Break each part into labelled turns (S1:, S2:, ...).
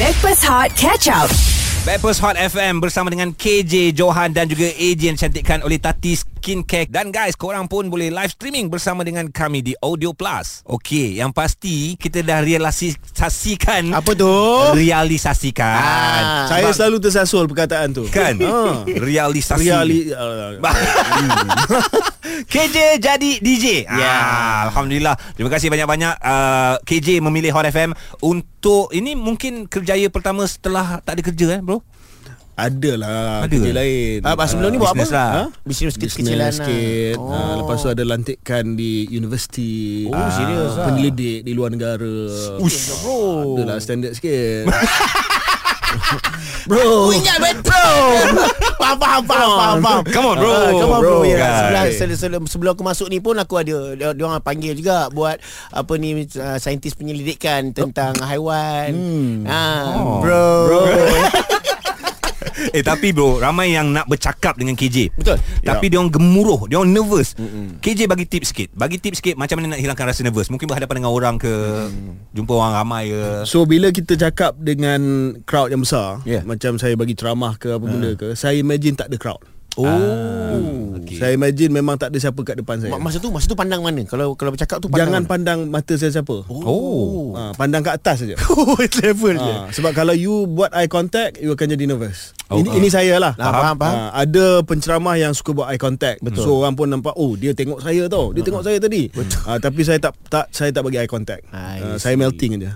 S1: Backpass Hot Catch Up.
S2: Backpast Hot FM bersama dengan KJ Johan dan juga AJ yang cantikkan oleh Tati Skincare. Dan guys, korang pun boleh live streaming bersama dengan kami di Audio Plus. Okey, yang pasti kita dah realisasikan
S3: Apa tu?
S2: realisasikan.
S3: Ah,
S2: Sebab-
S3: saya selalu tersasul perkataan tu.
S2: kan
S3: Ha.
S2: realisasi.
S3: Reali uh,
S2: KJ jadi DJ. Ya, ah, alhamdulillah. Terima kasih banyak-banyak uh, KJ memilih Hot FM untuk ini mungkin kerjaya pertama setelah tak ada kerja eh, bro. Ada
S3: Adalah Kerja
S2: ke?
S3: lain
S4: Ah, ah, sebelum ni buat apa?
S2: business lah.
S4: Ha? Bisnes kecil-kecilan
S3: Business
S4: lah.
S3: sikit oh.
S4: Oh.
S3: Lepas tu ada lantikan di universiti
S4: Oh,
S3: Ah,
S4: serius ah?
S3: Penyelidik di luar negara
S4: Ush. Bro.
S3: Adalah standard sikit Bro
S4: Ingat bet bro. faham faham faham faham. faham.
S2: Come on, bro.
S4: Ah, come on bro.
S2: Bro,
S4: Ya,
S2: guys.
S4: Sebelum, sebelum, sebelum, sebelum aku masuk ni pun aku ada dia dia orang panggil juga buat apa ni uh, saintis penyelidikan tentang haiwan. Ah,
S2: Oh.
S4: bro. bro.
S2: Eh tapi bro Ramai yang nak bercakap dengan KJ
S4: Betul.
S2: Tapi yeah. dia orang gemuruh Dia orang nervous Mm-mm. KJ bagi tips sikit Bagi tips sikit Macam mana nak hilangkan rasa nervous Mungkin berhadapan dengan orang ke mm. Jumpa orang ramai ke
S3: So bila kita cakap dengan crowd yang besar
S4: Yeah. Ah.
S3: Macam saya bagi ceramah ke apa benda ke Saya imagine tak ada crowd
S2: Oh
S3: okay. Saya imagine memang tak ada siapa kat depan saya
S4: Ma- Masa tu masa tu pandang mana? Kalau kalau bercakap tu pandang
S3: Jangan
S4: mana?
S3: pandang mata saya siapa
S2: Oh
S3: ha, Pandang ke atas saja
S4: Oh, level dia.
S3: Ha, sebab kalau you buat eye contact You akan jadi nervous
S2: Oh,
S3: oh, ini,
S2: ah.
S3: ini saya lah
S4: Ah, faham, faham.
S3: Ah, Ada penceramah yang suka buat eye contact Betul. So orang pun nampak Oh dia tengok saya tau Dia tengok saya tadi Betul. Tapi saya tak, tak Saya tak bagi eye contact
S4: I
S3: Ah,
S4: see.
S3: Saya melting je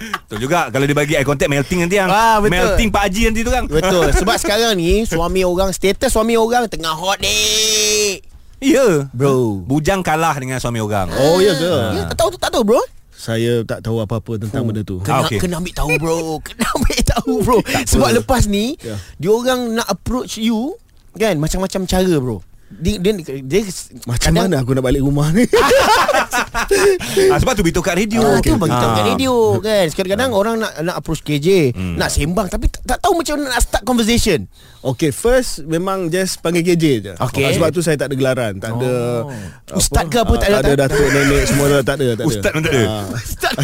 S2: Betul juga Kalau dia bagi eye contact Melting nanti yang
S4: Ah, betul.
S2: Melting Pak Haji nanti tu kan
S4: Betul. Sebab sekarang ni suami orang status suami orang tengah hot dek.
S2: Ya yeah.
S3: Bro
S2: Bujang kalah dengan suami orang
S3: Oh ya ke
S4: Ya, tak tahu tu tak tahu bro.
S3: Saya tak tahu apa-apa tentang benda
S2: Ah,
S3: tu
S4: Kena, ah,
S2: okey.
S4: okay. kena ambil tahu bro Kena ambil tahu bro Sebab lepas ni
S3: Ya.
S4: yeah. Dia orang nak approach you Kan Macam-macam cara bro dia, dia, dia
S3: Macam mana aku nak balik rumah ni
S2: ah, Sebab tu beritahu kat radio
S4: Ah, tu bagi tahu
S2: Ah.
S4: kat radio kan Kadang-kadang orang nak nak approach KJ Nak sembang Tapi tak, tak tahu macam mana nak start conversation
S3: Okay first Memang just panggil KJ je Ah,
S4: Okay. Oh.
S3: Sebab tu saya tak ada gelaran Tak ada
S4: Ustaz ke apa,
S3: ah,
S4: tak ada-
S3: Tak ada
S4: tak-
S3: datuk nenek Semua dah tak ada tak ada.
S2: Ustaz pun tak ada.
S3: Ah.
S4: Start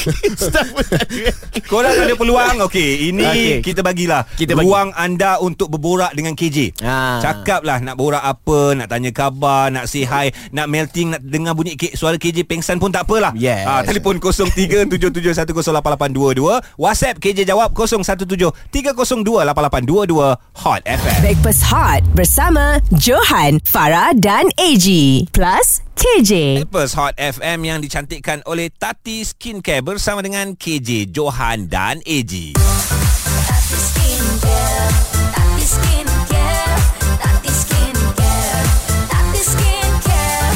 S4: Start pun tak ada.
S2: Korang ada peluang Okey Ini okay.
S4: Okey.
S2: kita bagilah kita
S4: Kita bagi.
S2: Ruang anda untuk berborak dengan KJ
S4: Ah.
S2: Cakaplah nak borak apa Nak tanya khabar Nak say hi Nak melting Nak dengar bunyi ke- suara KJ pengsan pun tak apalah
S4: Yes.
S2: ah, Telefon 0377108822 WhatsApp KJ jawab 0173028822 Hot FM
S1: Backpass Hot bersama Johan, Farah dan AG. Plus KJ.
S2: Campus Hot FM yang dicantikkan oleh Tati Skincare bersama dengan KJ Johan dan AG.
S5: Tati Skincare, Tati Skincare, Tati Skincare, Tati Skincare.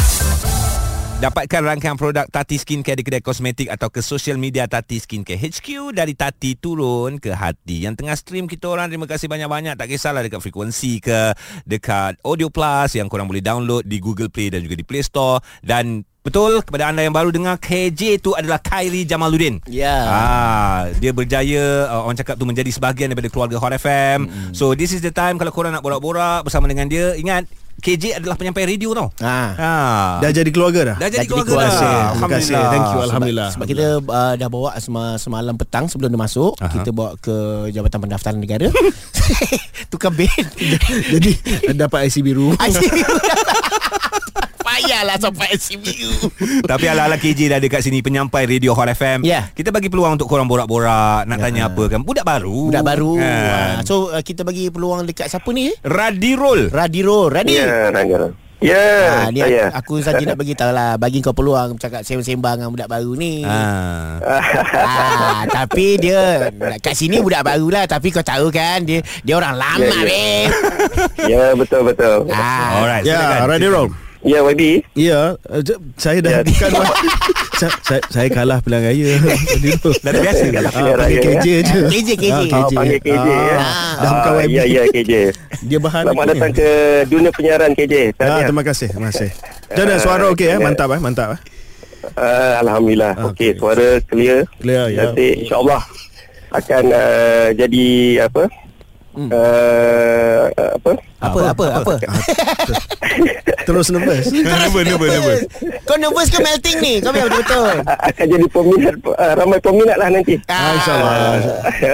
S2: Dapatkan rangkaian produk Tati Skincare di kedai kosmetik atau ke social media Tati Skincare HQ dari Tati turun ke hati. Yang tengah stream kita orang terima kasih banyak-banyak. Tak kisahlah dekat frekuensi ke, dekat Audio Plus yang korang boleh download di Google Play dan juga di Play Store dan Betul kepada anda yang baru dengar KJ tu adalah Khairi Jamaluddin.
S4: Ya
S2: Ah, dia berjaya uh, orang cakap tu menjadi sebahagian daripada keluarga Hot FM. Mm-hmm. So this is the time kalau korang nak borak-borak bersama dengan dia, ingat KJ adalah penyampai radio tau.
S4: Ah.
S2: Ah.
S3: Dah jadi keluarga dah
S2: Dah jadi
S4: jadi
S2: keluarga
S4: keluarga.
S2: dah.
S3: Terima kasih
S2: Alhamdulillah.
S3: Thank you Alhamdulillah
S4: Sebab kita uh, dah bawa sema, semalam petang sebelum dia masuk
S2: Aha.
S4: uh-huh. Kita bawa ke Jabatan Pendaftaran Negara Tukar bin
S3: Jadi dapat IC biru
S4: ICU Payahlah sampai ICU
S2: Tapi ala-ala KJ dah dekat sini Penyampai Radio Hot FM
S4: Yeah.
S2: Kita bagi peluang untuk korang borak-borak Nak tanya apa kan Budak baru
S4: Ya. Budak baru
S2: kan.
S4: Ah, So uh, kita bagi peluang dekat siapa ni eh?
S2: Radirul
S4: Radiro Radi
S6: Ya, Rangga. Ya,
S4: Ah, ni
S6: saya.
S4: aku, aku saja nak bagi tahu lah Bagi kau peluang Cakap sembang-sembang dengan budak baru ni
S2: Ah.
S4: ah, Tapi dia Kat sini budak baru lah Tapi kau tahu kan Dia dia orang lama
S6: Ya, ya.
S4: yeah,
S6: Ya, betul betul.
S4: Ah,
S2: Alright silakan.
S3: Ya Radio Rom
S6: Ya, YB.
S3: Ya eh, je- Saya dah
S6: Ya.
S3: bukan Sa- saya, saya kalah pilihan raya Radio Rom.
S2: Dah terbiasa
S6: Kalah
S3: Ah,
S6: pilihan
S3: Panggil
S6: raya,
S3: KJ je
S4: KJ, KJ.
S6: Oh, panggil KJ ya.
S3: Ah, Dah bukan
S6: Ah,
S3: YB
S6: Ya, ya, KJ.
S3: Dia bahan
S6: Selamat
S3: aku ni.
S6: datang ke dunia penyiaran KJ.
S3: Ah,
S6: Tahniah.
S3: terima kasih, terima kasih. Macam mana suara okey eh? Mantap eh, mantap eh.
S6: Ah, Alhamdulillah.
S3: Ah,
S6: Okey,
S3: okey.
S6: suara clear.
S3: Clear, ya.
S6: Nanti insya-Allah akan ah, jadi apa?
S3: Hmm.
S6: uh, apa?
S4: Apa apa apa?
S3: Terus nervous
S2: Nervous, nervous, nervous.
S4: Kau nervous ke melting ni? Kau biar betul-betul.
S6: A- Akan jadi peminat uh, ramai peminat lah nanti.
S3: Kan? ah, InsyaAllah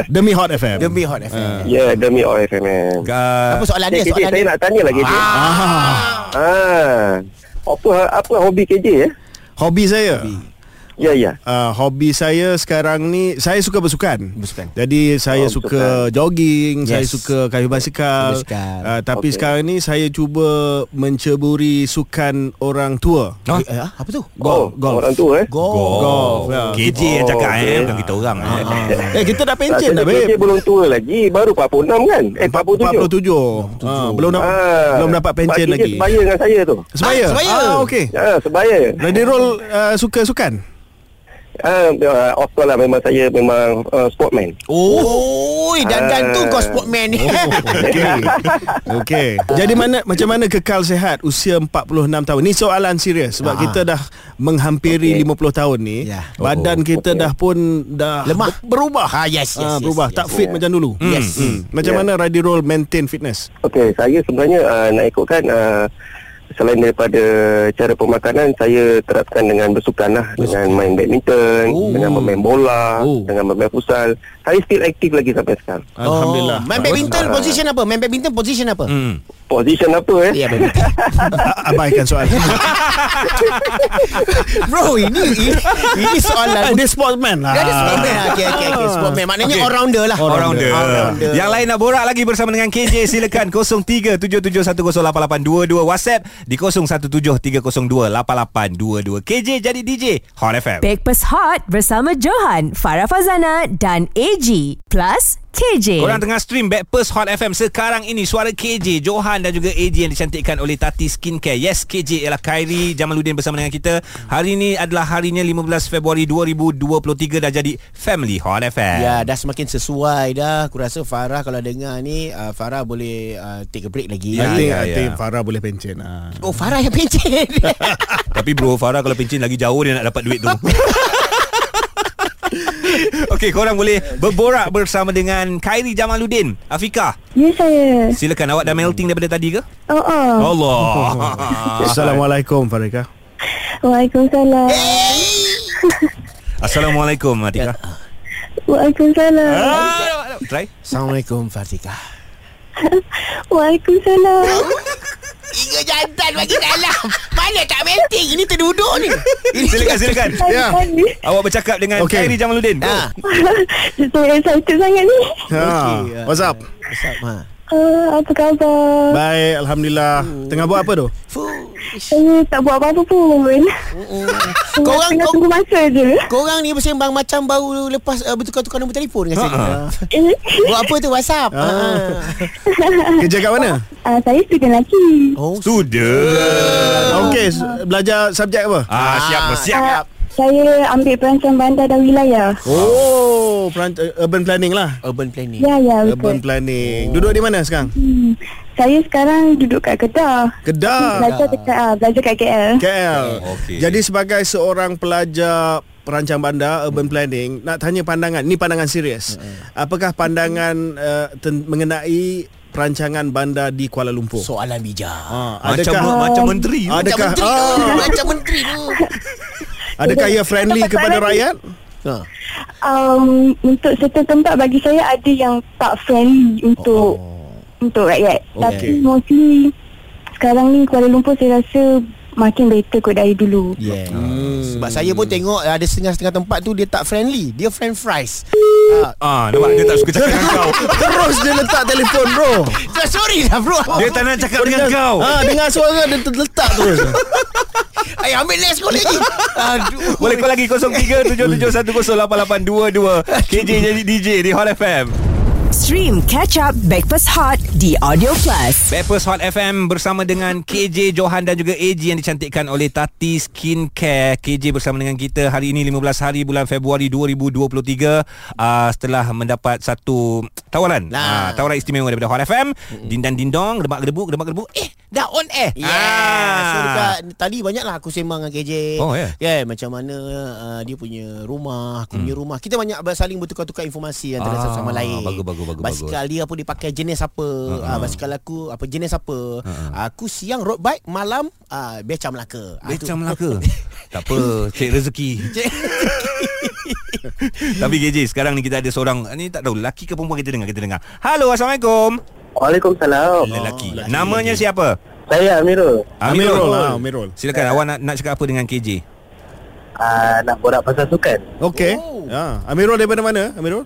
S3: Demi Hot FM
S4: Demi Hot
S2: Ah.
S4: FM.
S6: Ya, demi OFM.
S2: Ka-
S4: Apa soalan dia?
S6: KJ, KJ,
S4: Soalan
S6: saya
S4: dia.
S6: nak tanya lah
S3: ah,
S6: KJ. Ah. Apa apa hobi KJ ya?
S3: Hobi saya
S6: Ya, ya.
S3: Uh, hobi saya sekarang ni Saya suka bersukan
S4: Bersukan.
S3: Jadi saya oh,
S6: Oh,
S3: suka
S6: bersukan.
S3: jogging yes. Saya
S4: Yes.
S3: suka kayu basikal
S4: Basikal.
S3: uh, Tapi okay.
S6: Okey.
S3: sekarang ni saya cuba menceburi sukan orang tua
S2: Ah.
S4: Eh, ah, apa tu?
S3: Golf,
S6: oh,
S3: golf.
S6: Orang tua eh.
S4: Go.
S3: Golf,
S2: Golf
S3: ya.
S2: KJ yang
S6: Oh,
S2: cakap
S6: okey.
S2: eh Bukan kita orang
S4: Ah,
S2: eh.
S3: Eh kita dah pencen dah
S6: Rasanya KJ
S3: babe
S6: belum tua lagi. Baru 46 kan? Eh,
S3: 47
S6: 47.
S3: Ah, Belum dapat
S6: Ah,
S3: Belum dapat pencen
S6: Pak KJ
S3: lagi
S6: Sebaya dengan saya tu.
S3: Sebaya
S4: Ah, sebaya.
S3: ah, okay.
S6: Ya, sebaya.
S3: Ready roll uh, suka sukan
S6: Ah, uh, of course lah memang saya memang uh, sportman.
S4: Oh, dan dan tu kau sportman ni.
S3: Okey. Okey. Jadi mana macam mana kekal sihat usia 46 tahun? Ni soalan serius sebab
S4: Ah.
S3: kita dah menghampiri
S6: Okey.
S3: 50 tahun ni.
S4: Ya.
S3: Badan kita dah pun dah
S4: Lemah.
S3: ber- berubah.
S4: Ah, yes, yes,
S3: Ah,
S4: yes,
S3: berubah
S4: yes.
S3: tak fit
S6: Ya.
S3: macam dulu.
S4: Yes.
S3: Hmm. Macam
S6: Ya.
S3: mana Radi Roll maintain fitness?
S6: Okey, saya sebenarnya uh, nak ikutkan uh, selain daripada cara pemakanan saya terapkan dengan bersukan lah dengan main badminton,
S3: Oh.
S6: dengan bermain bola,
S3: Oh.
S6: dengan bermain futsal. Saya still aktif lagi sampai sekarang.
S3: Alhamdulillah.
S4: Oh, main badminton
S6: Bagus.
S4: position apa? Main badminton position apa?
S2: Hmm.
S6: Position apa eh?
S4: Ya, badminton.
S3: Ah, Abaikan soalan.
S4: Bro ini Ini, ini soalan
S3: Dia sportsman lah.
S4: Dia ada sportman Ah, Okay okay, okay. Sportman Maknanya okay. all-rounder Ya. lah
S2: All-rounder.
S4: All-rounder.
S2: Yang lain nak borak lagi bersama dengan KJ silakan 0377108822 WhatsApp di 0173028822. KJ jadi DJ Hot FM.
S1: Breakfast Hot bersama Johan, Farah Fazana dan AG plus KJ.
S2: Korang tengah stream Backpast Hot FM Sekarang ini Suara KJ Johan dan juga AJ Yang dicantikkan oleh Tati Skincare Yes KJ ialah Khairi Jamaluddin bersama dengan kita Hari ini adalah harinya 15 Februari 2023 Dah jadi Family Hot FM
S4: Ya dah semakin sesuai dah Aku rasa Farah kalau dengar ni uh, Farah boleh uh, take a break
S3: I
S4: lagi
S2: Ya,
S3: think,
S2: ya,
S3: I
S2: ya.
S3: think Farah boleh pencen. Ah.
S4: Oh Farah yang pencet
S2: Tapi bro Farah kalau pencin lagi jauh dia nak dapat duit tu. Okey, korang boleh berborak bersama dengan Khairi Jamaluddin. Afika,
S7: Ya saya.
S2: silakan awak dah melting daripada tadi ke?
S7: Oh oh.
S2: Allah.
S3: Ah. Assalamualaikum Farika.
S7: Waalaikumsalam.
S2: Assalamualaikum Atika.
S7: Waalaikumsalam.
S3: Ha?
S2: Ah, Try.
S4: Assalamualaikum Fatika
S7: Waalaikumsalam.
S3: Ya,
S4: Tiga jantan bagi dalam Mana tak penting Ini terduduk ni
S2: Silakan silakan.
S3: Ya.
S7: Saya ni
S2: Awak bercakap dengan
S3: Okey. Ah.
S2: okay. Khairi Jamaluddin.
S4: Ha
S7: saya excited sangat ni.
S3: Ha.
S4: Okey, ah.
S3: What's up?
S4: What's up ma
S7: Uh, apa khabar?
S3: Baik, alhamdulillah. Tengah buat apa tu?
S4: Fuh
S7: Saya tak buat apa-apa pun. Tengah,
S4: Korang-
S7: tengah
S4: kor-
S7: tunggu masa je.
S4: Korang ni bersembang macam baru lepas uh, bertukar-tukar nombor telefon dengan
S3: Ha,
S4: saya.
S7: Eh,
S4: Buat apa tu WhatsApp?
S3: Ah.
S4: Ah.
S3: Kerja kat mana?
S7: Ah, saya student lelaki.
S4: Oh,
S2: Sudah.
S3: Okey, s- belajar subjek apa?
S2: Ah, siap siap.
S7: Ah, saya ambil perancang bandar dan wilayah.
S3: Oh, peran, urban planning lah.
S4: urban planning.
S7: Ya, ya,
S3: Urban
S7: betul.
S3: planning. Duduk di mana sekarang?
S7: Hmm. Saya sekarang duduk kat Kedah.
S3: Kedah,
S7: Belajar dekat ah, belajar kat KL.
S3: KL.
S2: Okey.
S3: Jadi sebagai seorang pelajar perancang bandar urban planning, nak tanya pandangan. Ni pandangan serius. Apakah pandangan uh, ten- mengenai perancangan bandar di Kuala Lumpur?
S4: Soalan bijak.
S3: Ah,
S2: Macam
S3: adakah
S2: macam menteri. tu.
S3: Adakah-
S4: Macam menteri
S3: Ah.
S4: tu. Macam menteri tu.
S3: adakah ia friendly kepada rakyat?
S4: Ha.
S7: Um, untuk certain tempat bagi saya ada yang tak friendly untuk oh. untuk rakyat.
S3: Okey.
S7: Okay. Tapi mostly sekarang ni Kuala Lumpur saya rasa makin better kot dari dulu.
S4: Yeah.
S3: Hmm.
S4: Sebab saya pun tengok ada setengah-setengah tempat tu dia tak friendly. Dia friend fries.
S2: Ah, nampak dia tak suka cakap dengan kau.
S3: Terus dia letak telefon bro.
S4: So, sorry lah bro. Ha,
S2: Dia tak nak cakap dengan kau.
S3: Ah, dengar suara dia ter- letak terus.
S4: Ay, ambil next call lagi. Aduh.
S2: Boleh call lagi 0377108822 KJ jadi DJ di Hot FM
S1: Stream Catch Up Breakfast Hot di Audio Plus.
S2: Backpast Hot FM bersama dengan KJ Johan dan juga AJ yang dicantikkan oleh Tati Skincare KJ bersama dengan kita hari ini 15 hari bulan Februari 2023 uh, Setelah mendapat satu tawaran nah. uh,
S4: Nah.
S2: Tawaran istimewa daripada Hot FM Dindan dindong, demak gedebuk, demak gedebuk Eh, dah on air
S4: Yeah. So dekat tadi banyaklah aku sembang dengan KJ.
S2: Ah. Oh, ya?
S4: Yeah, macam mana uh, dia punya rumah, aku punya rumah. Kita banyak saling bertukar-tukar informasi antara
S2: Hmm. Ah,
S4: satu sama lain.
S2: bagus, bagus, Bagus, bagus,
S4: basikal dia pun dipakai jenis apa. Uh-huh. Ah, basikal aku apa jenis apa. Uh-huh. Aku siang road bike, malam ah, becam Melaka. Ah, tu.
S2: Becam Melaka Tak apa Cik rezeki Tapi KJ Sekarang ni kita ada seorang Ni tak tahu Lelaki ke perempuan kita dengar Kita dengar Halo Assalamualaikum
S6: Waalaikumsalam
S2: Lelaki Namanya siapa?
S6: Saya Amirul
S2: Ah,
S3: Amirul lah, Amirul.
S2: Silakan awak nak, nak cakap apa dengan KJ?
S6: uh, Nak borak pasal sukan
S3: Okey.
S4: Oh.
S3: Ha, Amirul daripada mana? Amirul?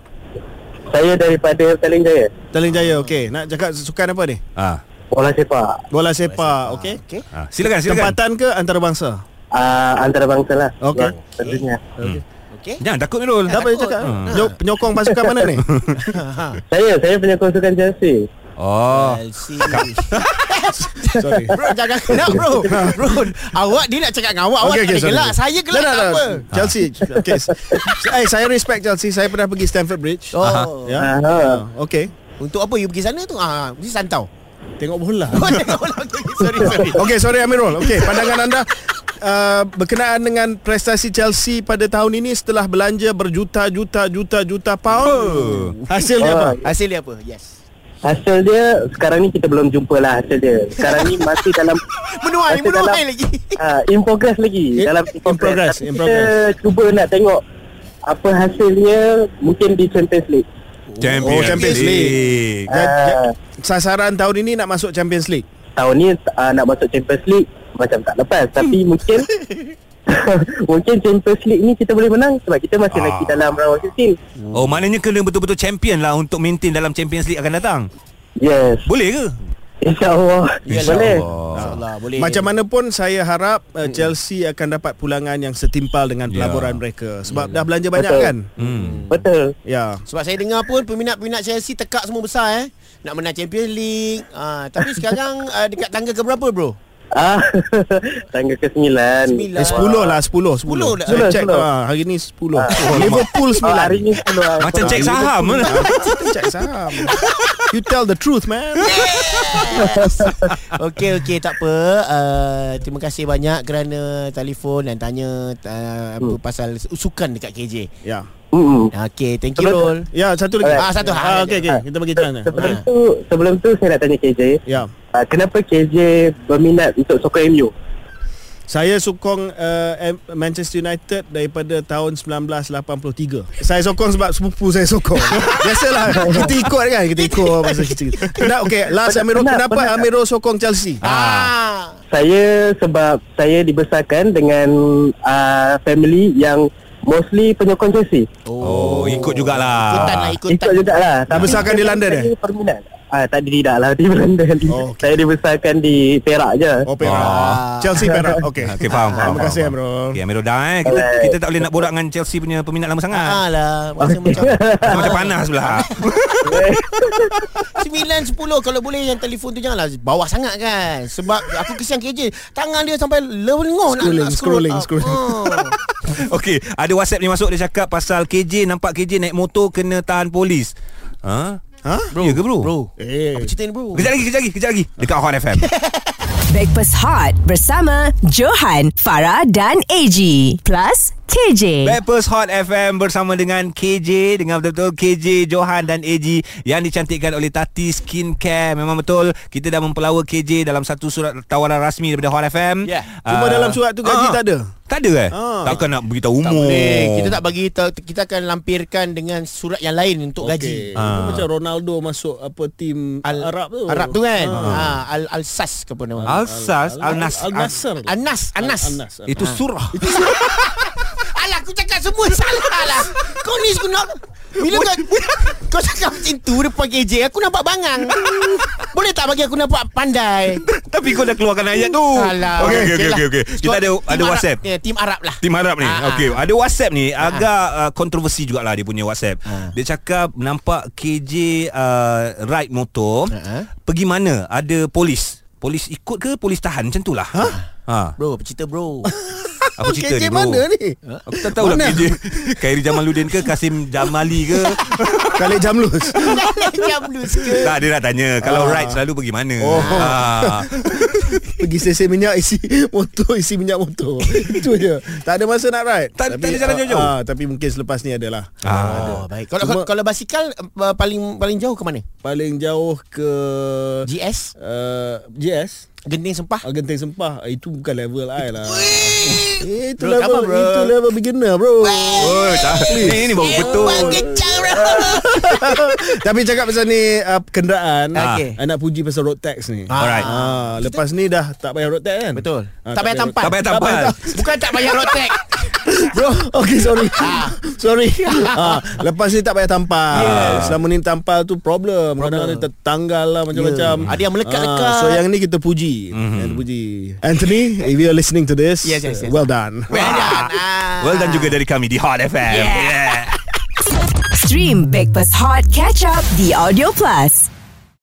S6: Saya daripada Petaling Jaya
S3: Taling Jaya. Okey. Nak cakap sukan apa ni?
S2: Ah,
S6: Bola sepak
S3: Bola sepak. Okey.
S4: Okey.
S2: ah. Silakan silakan
S3: Tempatan ke antarabangsa?
S6: uh, Antarabangsa lah
S3: Okey. Hmm.
S6: Ya, Tentunya
S4: Okey.
S2: Jangan takut Mirul
S3: Tak boleh cakap. Penyok- Penyokong pasukan mana ni?
S6: Saya saya punya konsukan Chelsea
S2: Oh
S4: Elsie.
S3: Sorry.
S4: Bro jangan gelak bro Bro Awak dia nak cakap dengan awak Awak
S3: Okey, okey,
S4: okay, tak okay,
S3: sorry.
S4: gelak Saya gelak
S3: Tak,
S4: tak
S3: tak,
S4: apa
S3: tak. Chelsea. Okay. Eh, saya respect Chelsea. Saya pernah pergi Stamford Bridge.
S4: Oh
S3: Ya.
S6: uh,
S3: Okay.
S4: Untuk apa you pergi sana tu ah, Mesti santau
S3: Tengok bola.
S4: Oh tengok lah okay, Sorry sorry
S3: Okay, sorry Amirul. Okay, pandangan anda uh, berkenaan dengan prestasi Chelsea pada tahun ini setelah belanja berjuta-juta juta-juta pound.
S2: Oh.
S3: Hasilnya apa?
S4: Hasil dia apa Yes
S6: Hasil dia Sekarang ni kita belum jumpa lah hasil dia Sekarang ni masih dalam
S4: Menuai
S6: Hasil
S4: Menuai
S6: dalam-
S4: lagi
S6: uh, In progress lagi
S3: In-
S6: Dalam
S3: in progress,
S6: Tapi
S3: in
S6: Kita cuba nak tengok Apa hasilnya Mungkin di Champions League
S2: Champions,
S3: Oh, Champions
S2: League,
S3: Ja- ja-
S6: Ah.
S3: sasaran tahun ini nak masuk Champions League.
S6: tahun ni uh, nak masuk Champions League macam tak lepas tapi mungkin mungkin Champions League ni kita boleh menang sebab kita masih
S2: Ah.
S6: lagi dalam round 16.
S2: Oh maknanya kena betul-betul champion lah Untuk maintain dalam Champions League akan datang
S6: Yes.
S2: Boleh ke?
S6: Insya-Allah. Boleh.
S2: Ah.
S4: InsyaAllah boleh
S3: Macam mana pun saya harap uh, Chelsea akan dapat pulangan yang setimpal dengan
S2: Ya.
S3: pelaburan mereka sebab dah belanja banyak
S6: Betul.
S3: kan?
S2: Hmm.
S6: Betul.
S3: Ya.
S4: Sebab saya dengar pun Peminat-peminat Chelsea Tekak semua besar eh Nak menang Champions League ah, Tapi sekarang ah, Dekat tangga ke berapa bro
S6: Ah tangga ke-9.
S3: Eh,
S4: Sembilan.
S3: 10 lah 10 10.
S4: Sepuluh
S3: Saya
S4: dah.
S6: Sepuluh,
S3: check
S6: sepuluh.
S3: ah, hari ni 10. Liverpool 9.
S6: Oh, hari ni 10.
S2: Macam cek saham
S3: check saham. You tell the truth man.
S4: Okey okey tak apa. Uh, terima kasih banyak kerana telefon dan tanya uh, apa pasal sukan dekat KJ.
S3: Ya.
S6: Hmm.
S4: Okey, thank you Rol.
S3: Ya, satu lagi.
S4: Ah, satu.
S3: Ah, okey okey. Kita bagi jalan.
S6: Sebelum tu sebelum tu saya nak tanya KJ.
S3: Ya.
S6: Uh, kenapa KJ berminat untuk sokong MU?
S3: Saya sokong uh, M- Manchester United daripada tahun 1983. Saya sokong sebab sepupu saya sokong. Biasalah kita ikut kan, kita ikut masa kecil. Nah, okey, last Amirul
S6: penat,
S3: kenapa
S6: penat.
S3: Amirul sokong Chelsea?
S4: Ah.
S6: Saya sebab saya dibesarkan dengan uh, family yang mostly penyokong Chelsea.
S2: Oh, ikut jugalah.
S4: Ikutan lah ikutan.
S6: Ikut juga lah
S3: Dah besarkan di London eh?
S6: saya Perminat Ah, tadi tidak lah di London
S3: Oh,
S6: oh,
S3: okey.
S6: Saya dibesarkan di Perak je
S3: Oh, Perak.
S2: Ah.
S3: Chelsea Perak. Okey.
S2: Okay faham, faham
S3: Terima kasih
S2: faham.
S3: Amirul.
S2: Okay Amirul dah eh kita,
S6: Alright.
S2: kita tak boleh nak borak dengan Chelsea punya peminat lama sangat
S4: Ah lah Masa macam
S2: Rasa Macam panas pula
S4: 9, 10 Kalau boleh yang telefon tu Janganlah bawah sangat kan Sebab aku kesian KJ Tangan dia sampai Lengoh nak, nak
S3: Scrolling,
S4: scroll
S3: scrolling,
S4: up. Ah.
S2: Okey, ada WhatsApp ni masuk dia cakap pasal KJ nampak KJ naik motor kena tahan polis. Ha?
S3: Ha?
S2: Bro, ya ke bro?
S4: Bro
S3: Eh.
S4: Apa cerita ni bro
S2: Kejap lagi, kejap lagi, kejap lagi. Dekat Hot FM.
S1: Breakfast Hot bersama Johan, Farah dan AG. Plus KJ.
S2: Breakfast Hot FM bersama dengan KJ dengan betul-betul KJ Johan dan AG yang dicantikkan oleh Tati Skincare. Memang betul kita dah mempelawa KJ dalam satu surat tawaran rasmi daripada Hot FM.
S4: Ya.
S2: Ah.
S3: Cuma dalam surat tu gaji
S2: Ah.
S3: tak ada.
S2: Tak ada eh?
S3: Ah.
S2: Takkan nak beritahu umur.
S4: Tak
S3: Oh.
S4: boleh Kita tak bagi tahu Kita akan lampirkan Dengan surat yang lain Untuk
S3: Okey.
S4: gaji
S3: Itu Macam Ronaldo masuk apa tim
S4: Al-
S3: Arab tu. Ah.
S4: Arab tu kan ha. Al, Al-Sas ke apa nama
S2: Al-Sas, Al-Nas.
S3: Al-Nasr.
S4: Anas Anas
S3: Al-Nas.
S2: Itu surah.
S4: Alah aku cakap semua salah lah Kau ni guna Bila kau Kau cakap macam tu Depan KJ Aku nampak bangang Boleh tak bagi aku nampak pandai
S2: Tapi kau dah keluarkan ayat tu.
S4: Alah
S2: Okey okey okey
S4: lah.
S2: okey. Kita
S4: Sebab
S2: ada
S4: tim
S2: ada
S4: Arab-
S2: WhatsApp.
S4: ya, Tim Arab lah
S2: Tim Arab ni
S4: Ah, ah.
S2: Okey Ada WhatsApp ni Agak uh, kontroversi jugalah Dia punya WhatsApp
S4: Ah.
S2: Dia cakap Nampak KJ uh, Ride motor
S4: Ah, ah.
S2: Pergi mana Ada polis Polis ikut ke Polis tahan Macam tu lah
S4: Ah.
S2: ha? ha?
S4: Bro cerita bro Ah,
S2: Apa cerita
S3: KJ
S2: ni bro
S3: mana ni?
S2: Aku tak tahu lah KJ Khairi Jamaluddin ke Kasim Jamali ke
S3: Khalid Jamlus.
S4: Jam dulu sikit Ah.
S2: Tak dia nak tanya Kalau ride selalu pergi mana
S3: Oh.
S2: ha.
S3: Pergi stesen minyak Isi motor Isi minyak motor Itu je Tak ada masa nak ride
S2: Tak- tak ada jalan
S3: ah,
S2: jauh-jauh?
S3: ah, Tapi mungkin selepas ni adalah
S2: Ah.
S4: Oh, baik. Kalau Cuma, kalau basikal uh, paling paling jauh ke mana?
S3: Paling jauh ke
S4: GS,
S3: uh, GS
S4: Genting Sempah.
S3: Ah, Genting Sempah Ah, Itu bukan level I lah Eh, Itu
S2: Bro,
S3: level
S2: come on, bro.
S3: Itu level beginner bro
S2: Oh, tak. Ini, ini baru betul.
S4: lah.
S3: Tapi cakap pasal ni uh, Kenderaan
S4: Okey.
S3: ah, I nak puji pasal road tax ni ah.
S2: Alright.
S3: Lepas ni dah Tak payah road tax kan
S4: Betul.
S3: Ah,
S4: tak payah tampan.
S2: Tak payah tampal.
S4: Bukan tak payah road tax.
S3: Bro Okay sorry
S4: Ah.
S3: Sorry ha, Lepas ni tak payah tampal
S2: Yeah.
S3: Selama ni tampal tu problem Kadang-kadang tertanggal lah Macam-macam
S4: Ada yang melekat-lekat.
S3: Ah, So yang ni kita puji mm-hmm. Yang puji Anthony If you are listening to this
S4: Yes, yes, yes.
S3: Well done
S4: Well done. Ah.
S2: Well done juga dari kami di Hot FM. Yeah.
S1: Stream Breakfast Hot Catch Up The Audio Plus.